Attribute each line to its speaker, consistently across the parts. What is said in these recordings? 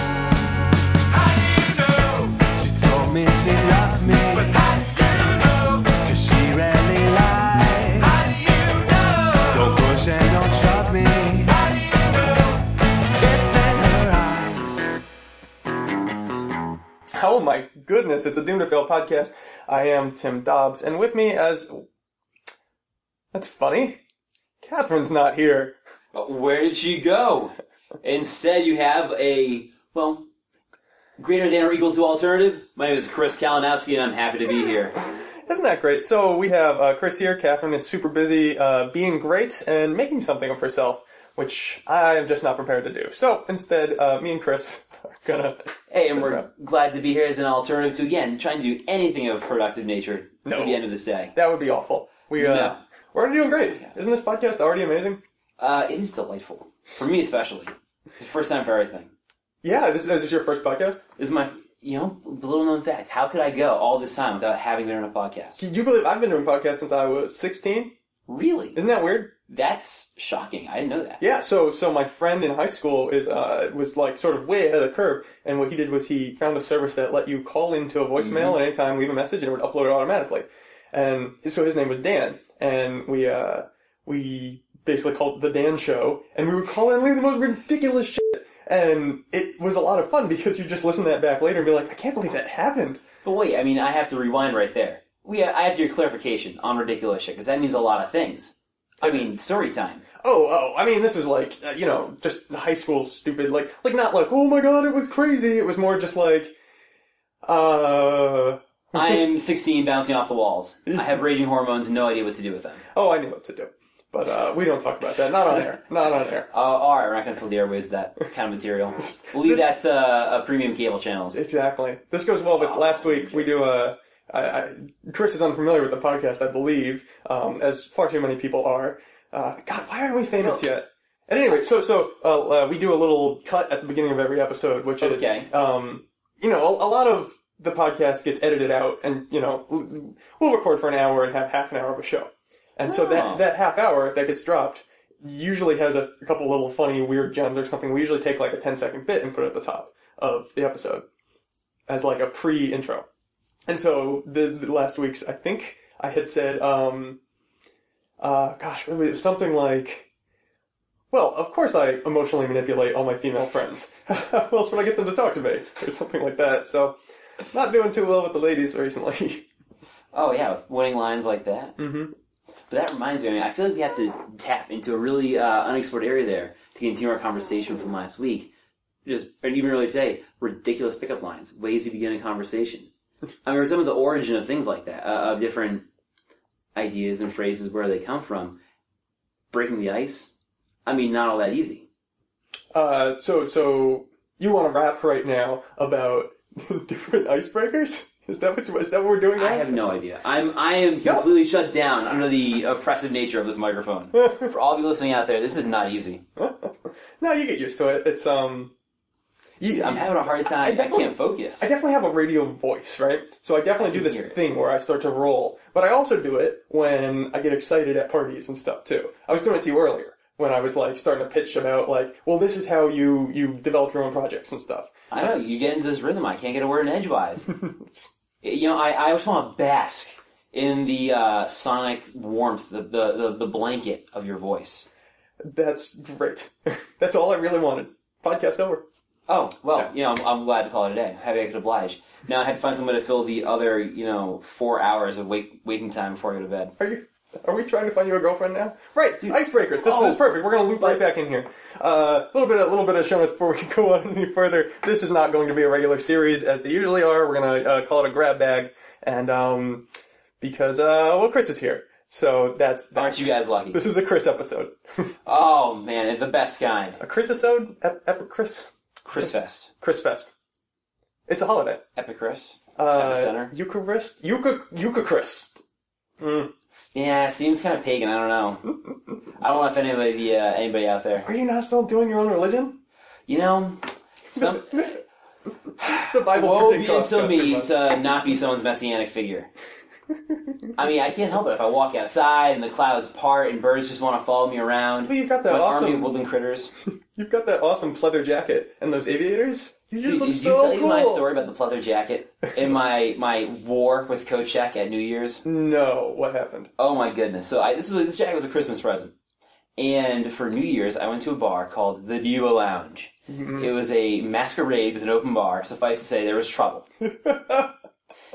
Speaker 1: How do you know?
Speaker 2: She told me she loves me,
Speaker 1: But how do you know?
Speaker 2: cause she rarely lies.
Speaker 1: How do you know?
Speaker 2: Don't push and don't shove me,
Speaker 1: How do you know?
Speaker 2: it's in her eyes.
Speaker 3: Oh my goodness, it's a Doomed to Fail podcast. I am Tim Dobbs, and with me as. That's funny. Catherine's not here.
Speaker 4: But where did she go? Instead, you have a, well, greater than or equal to alternative. My name is Chris Kalinowski, and I'm happy to be here.
Speaker 3: Isn't that great? So we have uh, Chris here. Catherine is super busy uh, being great and making something of herself, which I am just not prepared to do. So instead, uh, me and Chris are gonna.
Speaker 4: Hey,
Speaker 3: sit
Speaker 4: and we're
Speaker 3: around.
Speaker 4: glad to be here as an alternative to, again, trying to do anything of productive nature
Speaker 3: No.
Speaker 4: at the end of this day.
Speaker 3: That would be awful. We, uh,
Speaker 4: No.
Speaker 3: We're already doing great. Isn't this podcast already amazing?
Speaker 4: Uh, it is delightful. For me, especially. The first time for everything.
Speaker 3: Yeah, this is, is this your first podcast?
Speaker 4: This is my, you know, little known fact. How could I go all this time without having been on a podcast?
Speaker 3: Do you believe I've been doing podcasts since I was 16?
Speaker 4: Really?
Speaker 3: Isn't that weird?
Speaker 4: That's shocking. I didn't know that.
Speaker 3: Yeah, so so my friend in high school is uh was like sort of way ahead of the curve, and what he did was he found a service that let you call into a voicemail at any time, leave a message, and it would upload it automatically. And so his name was Dan, and we uh we basically called it the Dan Show, and we would call in and leave the most ridiculous shit, and it was a lot of fun because you just listen to that back later and be like, I can't believe that happened.
Speaker 4: But wait, I mean, I have to rewind right there. We, I have your clarification on ridiculous shit because that means a lot of things. I mean, story time.
Speaker 3: Oh, oh, I mean, this was like, uh, you know, just high school stupid, like, like not like, oh my god, it was crazy. It was more just like, uh,
Speaker 4: I am 16, bouncing off the walls. I have raging hormones, and no idea what to do with them.
Speaker 3: oh, I knew what to do. But, uh, we don't talk about that. Not on air. Not on air.
Speaker 4: Uh, all right, we're not going to fill the airways with that kind of material. We'll leave that to uh, uh, premium cable channels.
Speaker 3: Exactly. This goes well with last week. We do a, I, I, Chris is unfamiliar with the podcast, I believe, um, as far too many people are. Uh, God, why aren't we famous yet? At any rate, so so uh, uh, we do a little cut at the beginning of every episode, which is,
Speaker 4: Okay.
Speaker 3: um, you know, a, a lot of the podcast gets edited out, and you know, l- we'll record for an hour and have half an hour of a show, and so that
Speaker 4: Oh.
Speaker 3: that half hour that gets dropped usually has a, a couple little funny, weird gems or something. We usually take like a 10 second bit and put it at the top of the episode as like a pre intro. And so the, the last week's, I think I had said, um, uh, gosh, it was something like, well, of course I emotionally manipulate all my female friends. How else would I get them to talk to me? Or something like that. So, not doing too well with the ladies recently.
Speaker 4: Oh yeah, with winning lines like that.
Speaker 3: Mhm.
Speaker 4: But that reminds me. I mean, I feel like we have to tap into a really uh, unexplored area there to continue our conversation from last week. Just and even earlier today, ridiculous pickup lines, ways to begin a conversation. I mean, we're talking about the origin of things like that, uh, of different ideas and phrases, where they come from. Breaking the ice. I mean, not all that easy.
Speaker 3: uh, so, so you want to rap right now about different icebreakers? Is that what, is that what we're doing now?
Speaker 4: I have no idea. I'm I am completely shut down under the oppressive nature of this microphone. For all of you listening out there, this is not easy.
Speaker 3: No, you get used to it. It's um, you,
Speaker 4: I'm having a hard time. I,
Speaker 3: definitely-
Speaker 4: can't focus.
Speaker 3: I definitely have a radio voice, right? So I definitely do this
Speaker 4: hear it.
Speaker 3: thing where I start to roll, but I also do it when I get excited at parties and stuff too. I was doing it to you earlier when I was like starting to pitch about like, well, this is how you you develop your own projects and stuff.
Speaker 4: I know you get into this rhythm. I can't get a word in edgewise. you know, I, I just want to bask in the uh, sonic warmth, the, the the the blanket of your voice.
Speaker 3: That's great. That's all I really wanted. Podcast over.
Speaker 4: Oh well, you know, I'm, I'm glad to call it a day. Happy I could oblige. Now I had to find someone to fill the other, you know, four hours of wake, waking time before I go to bed.
Speaker 3: Are you? Are we trying to find you a girlfriend now? Right, icebreakers. This,
Speaker 4: Oh.
Speaker 3: this is perfect. We're going to loop right back in here. A little bit, a little bit of show notes before we go on any further. This is not going to be a regular series as they usually are. We're going to uh, call it a grab bag, and um, because uh, well, Chris is here, so that's, that's
Speaker 4: Aren't you guys lucky?
Speaker 3: This is a Chris episode.
Speaker 4: Oh man, the best kind,
Speaker 3: a Chris episode. Ep- ep- Chris.
Speaker 4: Chris Fest.
Speaker 3: Chris Fest. It's a holiday.
Speaker 4: Epicris.
Speaker 3: Uh,
Speaker 4: Epicenter.
Speaker 3: Eucharist? Euchar- Eucharist. Mm.
Speaker 4: Yeah, it seems kind of pagan. I don't know. I don't know if anybody uh, anybody out there.
Speaker 3: Are you not still doing your own religion?
Speaker 4: You know, some
Speaker 3: The Bible
Speaker 4: woe
Speaker 3: printing
Speaker 4: be
Speaker 3: costs
Speaker 4: unto
Speaker 3: got too
Speaker 4: me
Speaker 3: much.
Speaker 4: to not be someone's messianic figure. I mean, I can't help it if I walk outside and the clouds part and birds just want to follow me around.
Speaker 3: Well, you've got that
Speaker 4: What army
Speaker 3: awesome-
Speaker 4: of woodland critters.
Speaker 3: You've got that awesome pleather jacket and those aviators. You just
Speaker 4: Dude,
Speaker 3: look
Speaker 4: did you
Speaker 3: so
Speaker 4: tell you
Speaker 3: cool.
Speaker 4: my story about the pleather jacket in my my war with Coach Shack at New Year's?
Speaker 3: No, what happened?
Speaker 4: Oh my goodness! So I, this was this jacket was a Christmas present, and for New Year's I went to a bar called the Duo Lounge.
Speaker 3: Mm-hmm.
Speaker 4: It was a masquerade with an open bar. Suffice to say, there was trouble.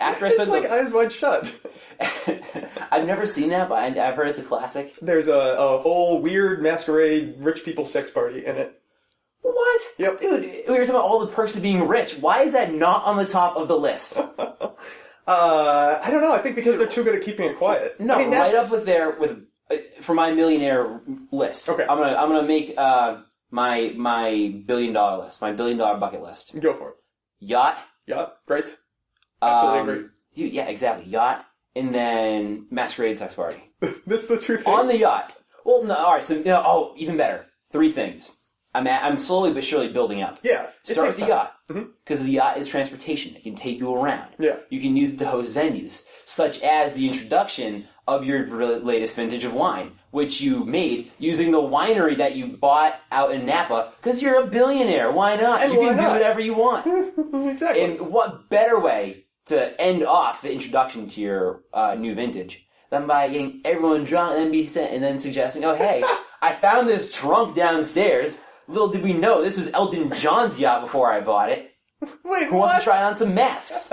Speaker 4: After I
Speaker 3: It's
Speaker 4: spent
Speaker 3: like
Speaker 4: the-
Speaker 3: eyes wide shut.
Speaker 4: I've never seen that, but I, I've heard it's a classic.
Speaker 3: There's a, a whole weird masquerade rich people sex party in it.
Speaker 4: What?
Speaker 3: Yep.
Speaker 4: Dude, we were talking about all the perks of being rich. Why is that not on the top of the list?
Speaker 3: Uh, I don't know. I think because they're too good at keeping it quiet.
Speaker 4: No,
Speaker 3: I mean,
Speaker 4: right
Speaker 3: that's-
Speaker 4: up with there with uh, for my millionaire list.
Speaker 3: Okay.
Speaker 4: I'm gonna I'm gonna make uh, my my billion dollar list, my billion dollar bucket list.
Speaker 3: Go for it.
Speaker 4: Yacht.
Speaker 3: Yeah, great. Absolutely
Speaker 4: um,
Speaker 3: agree.
Speaker 4: you- yeah, exactly. Yacht, and then masquerade sex party
Speaker 3: This is the two things.
Speaker 4: on the yacht. Well, no, all right. So, no, oh, even better. Three things. I'm at, I'm slowly but surely building up.
Speaker 3: Yeah, it
Speaker 4: Start
Speaker 3: takes
Speaker 4: with the
Speaker 3: time. Mm-hmm.
Speaker 4: yacht because the yacht is transportation. It can take you around.
Speaker 3: Yeah.
Speaker 4: You can use it to host venues, such as the introduction of your r- latest vintage of wine, which you made using the winery that you bought out in Napa because you're a billionaire. Why not?
Speaker 3: And
Speaker 4: you
Speaker 3: why
Speaker 4: can do
Speaker 3: not?
Speaker 4: whatever you want.
Speaker 3: exactly.
Speaker 4: and what better way to end off the introduction to your uh, new vintage than by getting everyone drunk and then be sent, and then suggesting, "Oh, hey, I found this trunk downstairs. Little did we know this was Elton John's yacht before I bought it.
Speaker 3: Wait,
Speaker 4: Who wants
Speaker 3: what?
Speaker 4: to try on some masks?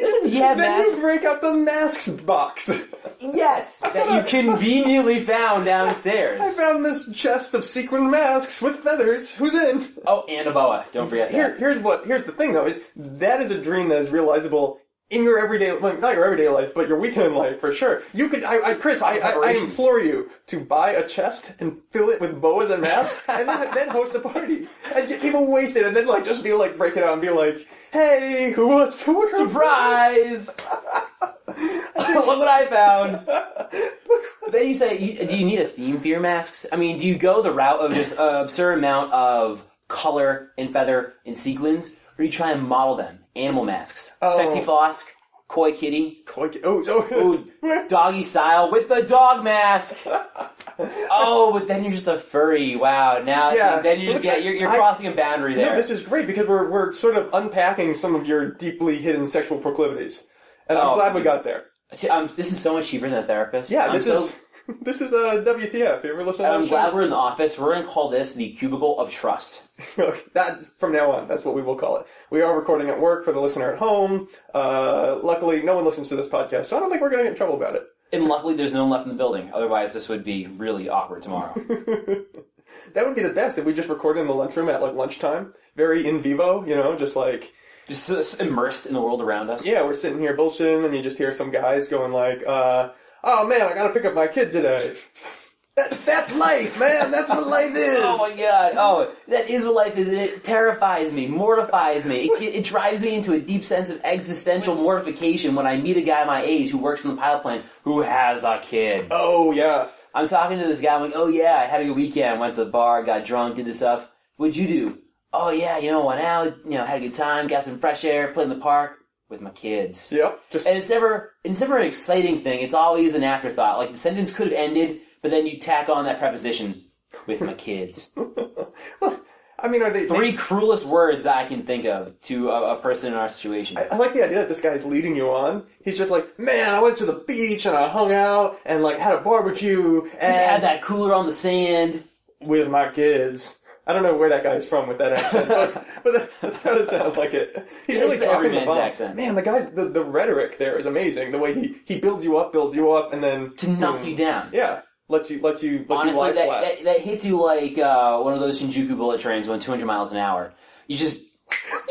Speaker 3: Doesn't
Speaker 4: he have
Speaker 3: then
Speaker 4: masks?
Speaker 3: you break out the masks box.
Speaker 4: yes, that you conveniently found
Speaker 3: I
Speaker 4: downstairs.
Speaker 3: found this chest of sequin masks with feathers. Who's in?
Speaker 4: Oh, and a boa. Don't forget that.
Speaker 3: Here, here's what. Here's the thing, though, is that is a dream that is realizable in your everyday, well, not your everyday life, but your weekend life for sure. You could, I, I Chris, I, I, I
Speaker 4: Preparations.
Speaker 3: implore you to buy a chest and fill it with boas and masks, and then, then host a party and get people wasted, and then like just be like break it out and be like, "Hey, who wants to wear a
Speaker 4: Surprise! Look what I found. But then you say, you, do you need a theme for your masks? I mean, do you go the route of just an absurd amount of color and feather and sequins, or do you try and model them? Animal masks,
Speaker 3: Oh.
Speaker 4: sexy flosk, koi kitty,
Speaker 3: Like, oh, oh,
Speaker 4: ooh, doggy style with the dog mask. Oh, but then you're just a furry. Wow. Now,
Speaker 3: Yeah.
Speaker 4: then you just get you're, you're
Speaker 3: I-
Speaker 4: crossing a boundary there.
Speaker 3: No, this is great because we're we're sort of unpacking some of your deeply hidden sexual proclivities, and I'm
Speaker 4: Oh.
Speaker 3: glad we got there.
Speaker 4: See, I'm, this is so much cheaper than a therapist.
Speaker 3: Yeah,
Speaker 4: I'm
Speaker 3: this
Speaker 4: so-
Speaker 3: is this is uh, a WTF. You ever listen to
Speaker 4: I'm
Speaker 3: that
Speaker 4: glad we're in the office. We're going to call this the cubicle of trust.
Speaker 3: show? that from now on, that's what we will call it. We are recording at work for the listener at home. Uh, luckily, no one listens to this podcast, so I don't think we're going to get in trouble about it.
Speaker 4: And luckily, there's no one left in the building. Otherwise, this would be really awkward tomorrow.
Speaker 3: That would be the best if we just recorded in the lunchroom at like lunchtime, very in vivo. You know, just like
Speaker 4: Just s- immersed in the world around us.
Speaker 3: yeah, we're sitting here bullshitting, and you just hear some guys going like, uh, "Oh man, I got to pick up my kid today." That's that's life, man. That's what life is.
Speaker 4: Oh my god! Oh, that is what life is, and it terrifies me, mortifies me. It, it drives me into a deep sense of existential mortification when I meet a guy my age who works in the pilot plant who has a kid.
Speaker 3: Oh yeah.
Speaker 4: I'm talking to this guy. I'm like, oh yeah, I had a good weekend. Went to the bar, got drunk, did this stuff. What'd you do? Oh yeah, you know, went out, you know, had a good time, got some fresh air, played in the park with my kids.
Speaker 3: Yep. Just
Speaker 4: And it's never, it's never an exciting thing. It's always an afterthought. Like the sentence could have ended, but then you tack on that preposition with my kids.
Speaker 3: I mean, are they they-
Speaker 4: Three cruelest words that I can think of to a, a person in our situation.
Speaker 3: I like the idea that this guy's leading you on. He's just like, man, I went to the beach and I hung out and like had a barbecue and
Speaker 4: had that cooler on the sand.
Speaker 3: with my kids. I don't know where that guy's from with that accent, but, but that, that's how it sounds like it. He's really
Speaker 4: the
Speaker 3: dropping the
Speaker 4: everyman's
Speaker 3: bomb.
Speaker 4: accent.
Speaker 3: Man, the guy's the, the rhetoric there is amazing. The way he, he builds you up, builds you up, and then
Speaker 4: To knock you
Speaker 3: Mm.
Speaker 4: down.
Speaker 3: Yeah, lets you lets you lets you
Speaker 4: Honestly,
Speaker 3: lie
Speaker 4: that,
Speaker 3: flat.
Speaker 4: that, that hits you like uh, one of those Shinjuku bullet trains going 200 miles an hour. You just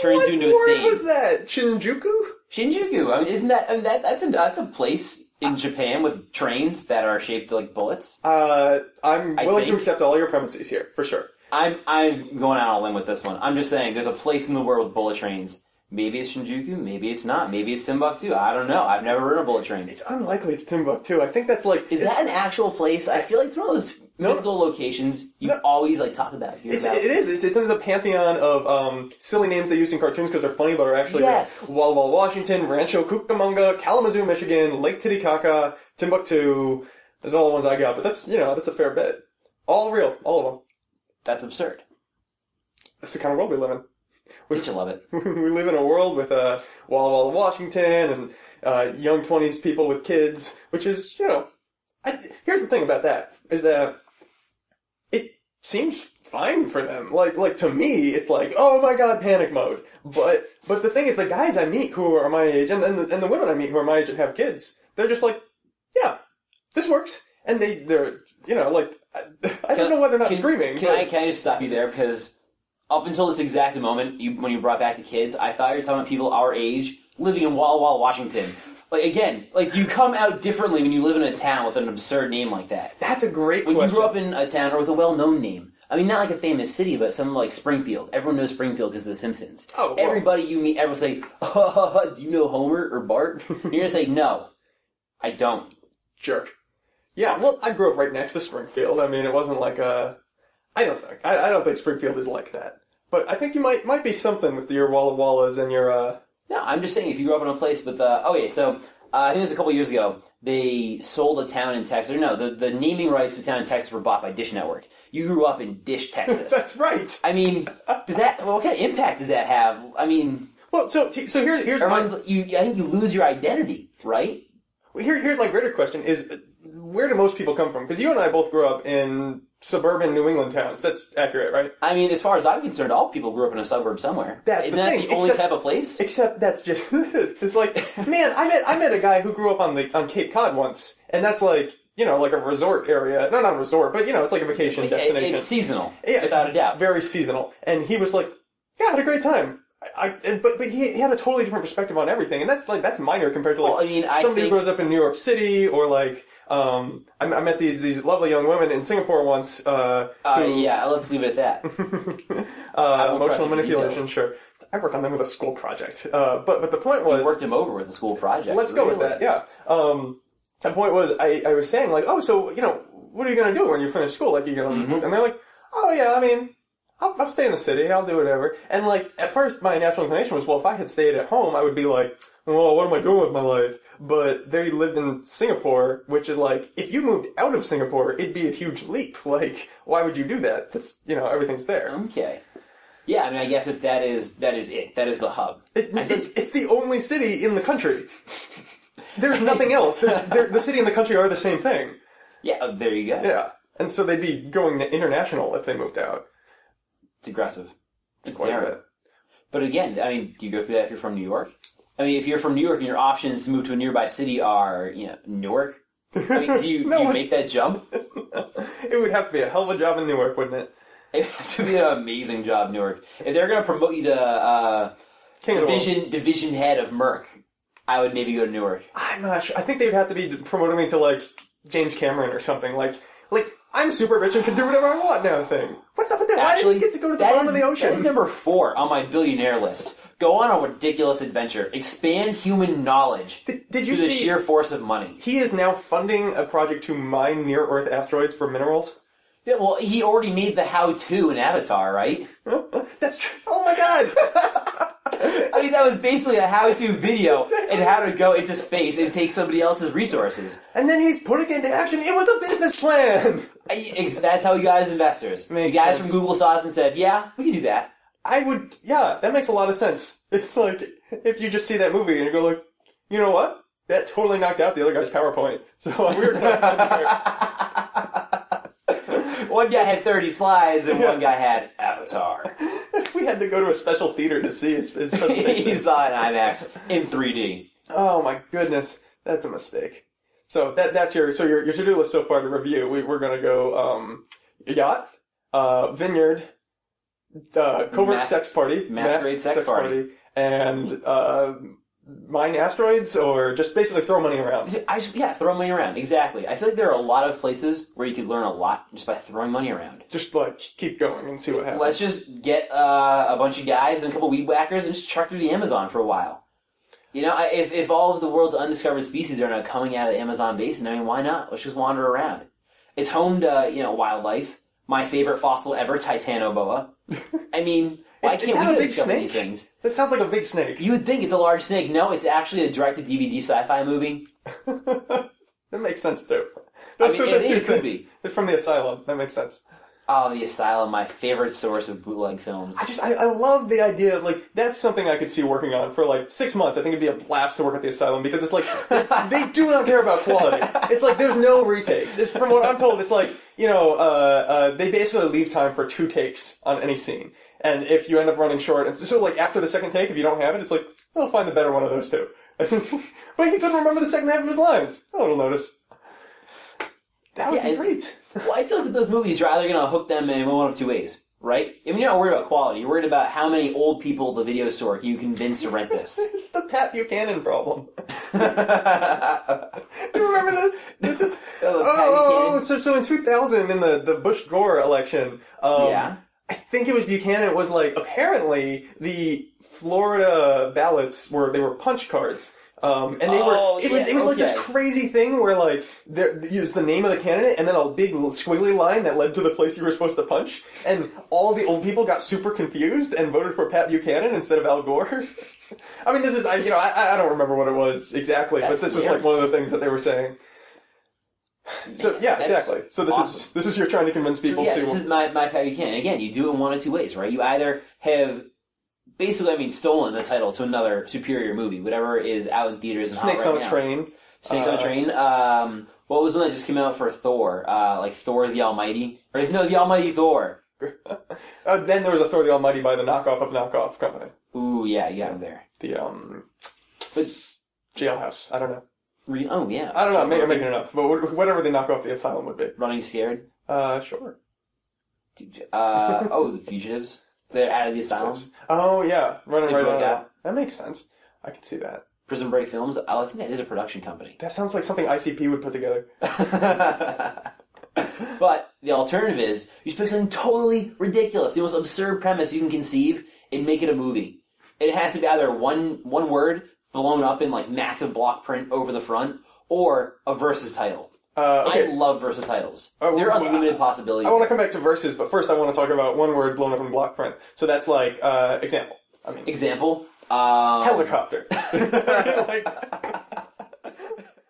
Speaker 4: turns
Speaker 3: what
Speaker 4: you into a
Speaker 3: word
Speaker 4: stain.
Speaker 3: was that? Shinjuku?
Speaker 4: Shinjuku. I mean, isn't that, I mean, that that's a that's a place in Japan with trains that are shaped like bullets?
Speaker 3: Uh, I'm
Speaker 4: I
Speaker 3: willing to
Speaker 4: think-
Speaker 3: accept all your premises here for sure.
Speaker 4: I'm I'm going out on a limb with this one. I'm just saying, there's a place in the world with bullet trains Maybe it's Shinjuku. Maybe it's not. Maybe it's Timbuktu. I don't know. I've never ridden a bullet train.
Speaker 3: It's unlikely it's Timbuktu. I think that's like
Speaker 4: Is
Speaker 3: it's-
Speaker 4: that an actual place? I feel like it's one of those
Speaker 3: No.
Speaker 4: mythical locations you
Speaker 3: No.
Speaker 4: always like talk about. Hear
Speaker 3: It's,
Speaker 4: about.
Speaker 3: it is. It's, it's under the pantheon of um, silly names they use in cartoons because they're funny but are actually real.
Speaker 4: Yes.
Speaker 3: Walla Walla, Washington, Rancho Cucamonga, Kalamazoo, Michigan, Lake Titicaca, Timbuktu. Those are all the ones I got, but that's you know that's a fair bit. All real, all of them.
Speaker 4: That's absurd.
Speaker 3: That's the kind of world we live in.
Speaker 4: Did you love it?
Speaker 3: we live in a world with uh, Walla Walla, Washington, and uh, young twenties people with kids, which is you know. I, here's the thing about that is that it seems fine for them. Like like to me, it's like oh my god, panic mode. But but the thing is, the guys I meet who are my age, and and the, and the women I meet who are my age and have kids, they're just like, yeah, this works, and they they're you know like I, I don't know why they're not
Speaker 4: Can-
Speaker 3: screaming.
Speaker 4: Can
Speaker 3: but-
Speaker 4: I can I just stop you there because up until this exact moment, you, when you brought back the kids, I thought you were talking about people our age living in Walla Walla, Washington. Like again, like you come out differently when you live in a town with an absurd name like that.
Speaker 3: That's a great
Speaker 4: When
Speaker 3: question.
Speaker 4: you grew up in a town or with a well-known name. I mean, not like a famous city, but something like Springfield. Everyone knows Springfield because of The Simpsons.
Speaker 3: Oh, well.
Speaker 4: everybody you meet, everyone's like, oh, "Do you know Homer or Bart?" And you're gonna say, "No, I don't."
Speaker 3: jerk. Yeah, well, I grew up right next to Springfield. I mean, it wasn't like a. I don't think I, I don't think Springfield is like that. But I think you might might be something with your Walla Wallas and your. uh
Speaker 4: No, I'm just saying if you grew up in a place with. Uh, oh yeah, so uh, I think it was a couple years ago they sold a town in Texas. Or no, the, the naming rights to a town in Texas were bought by Dish Network. You grew up in Dish, Texas.
Speaker 3: That's right.
Speaker 4: I mean, does that? Well, what kind of impact does that have? I mean,
Speaker 3: Well, so t- so here here's my,
Speaker 4: everyone's, you. I think you lose your identity, right?
Speaker 3: here here's my greater question is uh, where do most people come from? Because you and I both grew up in suburban New England towns. That's accurate, right?
Speaker 4: I mean, as far as I'm concerned, all people grew up in a suburb somewhere.
Speaker 3: That's
Speaker 4: Isn't
Speaker 3: the
Speaker 4: that
Speaker 3: thing,
Speaker 4: the only
Speaker 3: except-
Speaker 4: type of place?
Speaker 3: Except that's just it's like man, I met I met a guy who grew up on the on Cape Cod once, and that's like you know like a resort area. No, not resort, but you know it's like a vacation
Speaker 4: It-
Speaker 3: destination.
Speaker 4: it's seasonal,
Speaker 3: Yeah,
Speaker 4: without
Speaker 3: it's
Speaker 4: a doubt.
Speaker 3: Very seasonal. And he was like, "Yeah, I had a great time." I, I and- but but he, he had a totally different perspective on everything, and that's like that's minor compared to like
Speaker 4: Well, I mean, I
Speaker 3: somebody
Speaker 4: think-
Speaker 3: who grows up in New York City or like um I, I met these these lovely young women in Singapore once. Uh,
Speaker 4: uh,
Speaker 3: who-
Speaker 4: yeah, let's leave it at that.
Speaker 3: uh,
Speaker 4: won't
Speaker 3: emotional
Speaker 4: press you for
Speaker 3: manipulation.
Speaker 4: details.
Speaker 3: Sure, I worked on them with a school project. Uh, but but the point was,
Speaker 4: Worked him over with a school project.
Speaker 3: Let's go with
Speaker 4: really.
Speaker 3: that. Yeah. Um, the point was, I, I was saying like, oh, so you know, what are you gonna do when you finish school? Like, you gonna
Speaker 4: Mm-hmm.
Speaker 3: move? And they're like, oh yeah, I mean, I'll, I'll stay in the city. I'll do whatever. And like at first, my natural inclination was, well, if I had stayed at home, I would be like, well, what am I doing with my life? But they lived in Singapore, which is like, if you moved out of Singapore, it'd be a huge leap. Like, why would you do that? That's you know, everything's there.
Speaker 4: Okay. Yeah, I mean, I guess if that is that is it, that is the hub.
Speaker 3: It,
Speaker 4: I think-
Speaker 3: it's, it's the only city in the country. There's nothing else. There's, there, the city and the country are the same thing.
Speaker 4: yeah, oh, there you go.
Speaker 3: Yeah. And so they'd be going international if they moved out.
Speaker 4: It's aggressive. It's
Speaker 3: Quite a
Speaker 4: terrible.
Speaker 3: bit.
Speaker 4: But again, I mean, do you go through that if you're from New York? I mean, if you're from New York and your options to move to a nearby city are, you know, Newark. I mean, do you,
Speaker 3: No,
Speaker 4: do you
Speaker 3: it's-
Speaker 4: make that jump?
Speaker 3: It would have to be a hell of a job in Newark, wouldn't it?
Speaker 4: It would have to be an amazing job, Newark. If they're going to promote you to uh,
Speaker 3: King of the world.
Speaker 4: division division head of Merck, I would maybe go to Newark.
Speaker 3: I'm not sure. I think they'd have to be promoting me to like James Cameron or something. Like, like I'm super rich and can do whatever I want now thing. What's up with that? Why did
Speaker 4: Actually,
Speaker 3: you get to go to the
Speaker 4: that
Speaker 3: bottom
Speaker 4: is-
Speaker 3: of the ocean?
Speaker 4: That is number four on my billionaire list. Go on a ridiculous adventure. Expand human knowledge
Speaker 3: Did- did you
Speaker 4: through the
Speaker 3: see-
Speaker 4: sheer force of money.
Speaker 3: he is now funding a project to mine near Earth asteroids for minerals.
Speaker 4: Yeah, well, he already made the how-to in Avatar, right?
Speaker 3: That's true. Oh my god!
Speaker 4: I mean, that was basically a how-to video and how to go into space and take somebody else's resources.
Speaker 3: and then he's putting it into action. It was a business plan.
Speaker 4: I- ex- That's how you guys investors.
Speaker 3: Makes
Speaker 4: the guys
Speaker 3: sense.
Speaker 4: from Google saw us and said, "Yeah, we can do that."
Speaker 3: I would, yeah, that makes a lot of sense. It's like if you just see that movie and you go like, you know what? That totally knocked out the other guy's PowerPoint. So we're not.
Speaker 4: One guy had 30 slides and one guy had Avatar.
Speaker 3: we had to go to a special theater to see his, his
Speaker 4: he
Speaker 3: presentation.
Speaker 4: saw it in IMAX in 3D.
Speaker 3: oh my goodness, that's a mistake. So that that's your so your, your to do list so far to review. We we're gonna go um, yacht, uh, vineyard, uh, covert
Speaker 4: Mas-
Speaker 3: sex party,
Speaker 4: masquerade
Speaker 3: masked
Speaker 4: sex party.
Speaker 3: and uh, mine asteroids or just basically throw money around.
Speaker 4: I just, yeah, throw money around. Exactly. I feel like there are a lot of places where you could learn a lot just by throwing money around.
Speaker 3: Just like keep going and see what happens.
Speaker 4: Let's just get uh, a bunch of guys and a couple weed whackers and just truck through the Amazon for a while. You know, I- if, if all of the world's undiscovered species are now coming out of the Amazon basin, I mean, why not? Let's just wander around. It's home to, you know, wildlife. My favorite fossil ever, Titanoboa. I mean, why
Speaker 3: Is
Speaker 4: can't
Speaker 3: that
Speaker 4: we
Speaker 3: a big
Speaker 4: discover
Speaker 3: snake?
Speaker 4: these things?
Speaker 3: That sounds like a big snake.
Speaker 4: You would think it's a large snake. No, it's actually a direct to DVD sci fi movie.
Speaker 3: That makes sense though.
Speaker 4: mean, it- it could be.
Speaker 3: It's from the asylum. That makes sense.
Speaker 4: Oh, The Asylum, my favorite source of bootleg films.
Speaker 3: I just I, I love the idea of like that's something I could see working on for like six months. I think it'd be a blast to work at the asylum because it's like they do not care about quality. It's like there's no retakes. It's from what I'm told. It's like you know uh, uh, they basically leave time for two takes on any scene, and if you end up running short, and so, so like after the second take, if you don't have it, it's like I'll find the better one of those two. but he couldn't remember the second half of his lines. No one will notice. That would
Speaker 4: Yeah,
Speaker 3: be
Speaker 4: and-
Speaker 3: great.
Speaker 4: Well, I feel like with those movies, you're either going to hook them in one of two ways, right? I mean, you're not worried about quality. You're worried about how many old people at the video store you convince to rent this.
Speaker 3: It's the Pat Buchanan problem.
Speaker 4: yeah,
Speaker 3: You remember this? This is
Speaker 4: Oh,
Speaker 3: oh,
Speaker 4: the
Speaker 3: oh,
Speaker 4: Buchanan.
Speaker 3: oh, so so in 2000 in the the Bush Gore election, um, I think it was Buchanan was like apparently the Florida ballots were they were punch cards. Um, and they
Speaker 4: Oh,
Speaker 3: were it was
Speaker 4: yeah,
Speaker 3: it was like this
Speaker 4: okay.
Speaker 3: crazy thing where like there was the name of the candidate and then a big l- squiggly line that led to the place you were supposed to punch and all the old people got super confused and voted for Pat Buchanan instead of Al Gore. I mean this is I you know I- I I don't remember what it was exactly
Speaker 4: That's
Speaker 3: but this was like one of
Speaker 4: hilarious.
Speaker 3: the things that they were saying. So yeah,
Speaker 4: that's
Speaker 3: exactly. So this is
Speaker 4: awesome.
Speaker 3: this is you're trying to convince people
Speaker 4: yeah,
Speaker 3: to
Speaker 4: this is my, my Pat Buchanan. Again, you do it in one of two ways, right? You either have basically, I mean, stolen the title to another superior movie, whatever is out in theaters and hot
Speaker 3: snakes
Speaker 4: right
Speaker 3: on a
Speaker 4: now.
Speaker 3: train.
Speaker 4: Snakes on a
Speaker 3: Uh,
Speaker 4: Train. Um, what was one that just came out for Thor? Uh, like Thor the Almighty? Or no, the Almighty Thor.
Speaker 3: Uh, then there was a Throw the Almighty by the knockoff of knockoff company,
Speaker 4: Ooh, yeah, you got him there.
Speaker 3: the um,
Speaker 4: But
Speaker 3: jailhouse. I don't know.
Speaker 4: re- oh yeah,
Speaker 3: I don't know. Maybe I'm making it up, but wh- whatever the knockoff the asylum would be.
Speaker 4: Running scared.
Speaker 3: Uh, sure.
Speaker 4: Uh, oh, the fugitives. They're out of the asylum.
Speaker 3: Oh yeah, running
Speaker 4: They
Speaker 3: right
Speaker 4: broke
Speaker 3: on.
Speaker 4: out.
Speaker 3: That makes sense. I can see that.
Speaker 4: Prison Break films. Oh, I think that is a production company.
Speaker 3: That sounds like something ICP would put together.
Speaker 4: but the alternative is you just pick something totally ridiculous, the most absurd premise you can conceive, and make it a movie. It has to be either one one word blown up in like massive block print over the front, or a versus title.
Speaker 3: Uh, okay.
Speaker 4: I love versus titles.
Speaker 3: Oh,
Speaker 4: there are
Speaker 3: well,
Speaker 4: unlimited
Speaker 3: I-
Speaker 4: possibilities.
Speaker 3: I want to come back to verses, but first I want to talk about one word blown up in block print. So that's like uh, example. I mean,
Speaker 4: Example. Um,
Speaker 3: helicopter. Like-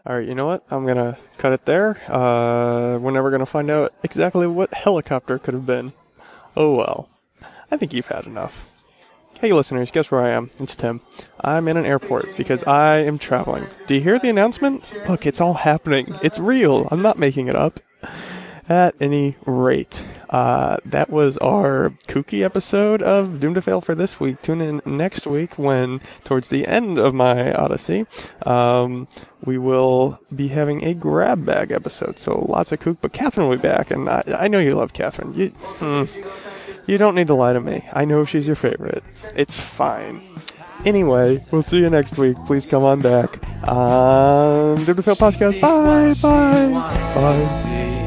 Speaker 5: All right, you know what? I'm gonna cut it there. Uh, we're never gonna find out exactly what helicopter could have been. Oh well. I think you've had enough. Hey, listeners, guess where I am? It's Tim. I'm in an airport because I am traveling. Do you hear the announcement? Look, it's all happening. It's real. I'm not making it up. At any rate, uh, that was our kooky episode of Doom to Fail for this week. Tune in next week when, towards the end of my Odyssey, um, we will be having a grab bag episode. So lots of kook, but Catherine will be back, and I, I know you love Catherine. You, hmm, you don't need to lie to me. I know she's your favorite. It's fine. Anyway, we'll see you next week. Please come on back. Um, Doom to Fail podcast. Bye, bye, bye.
Speaker 2: See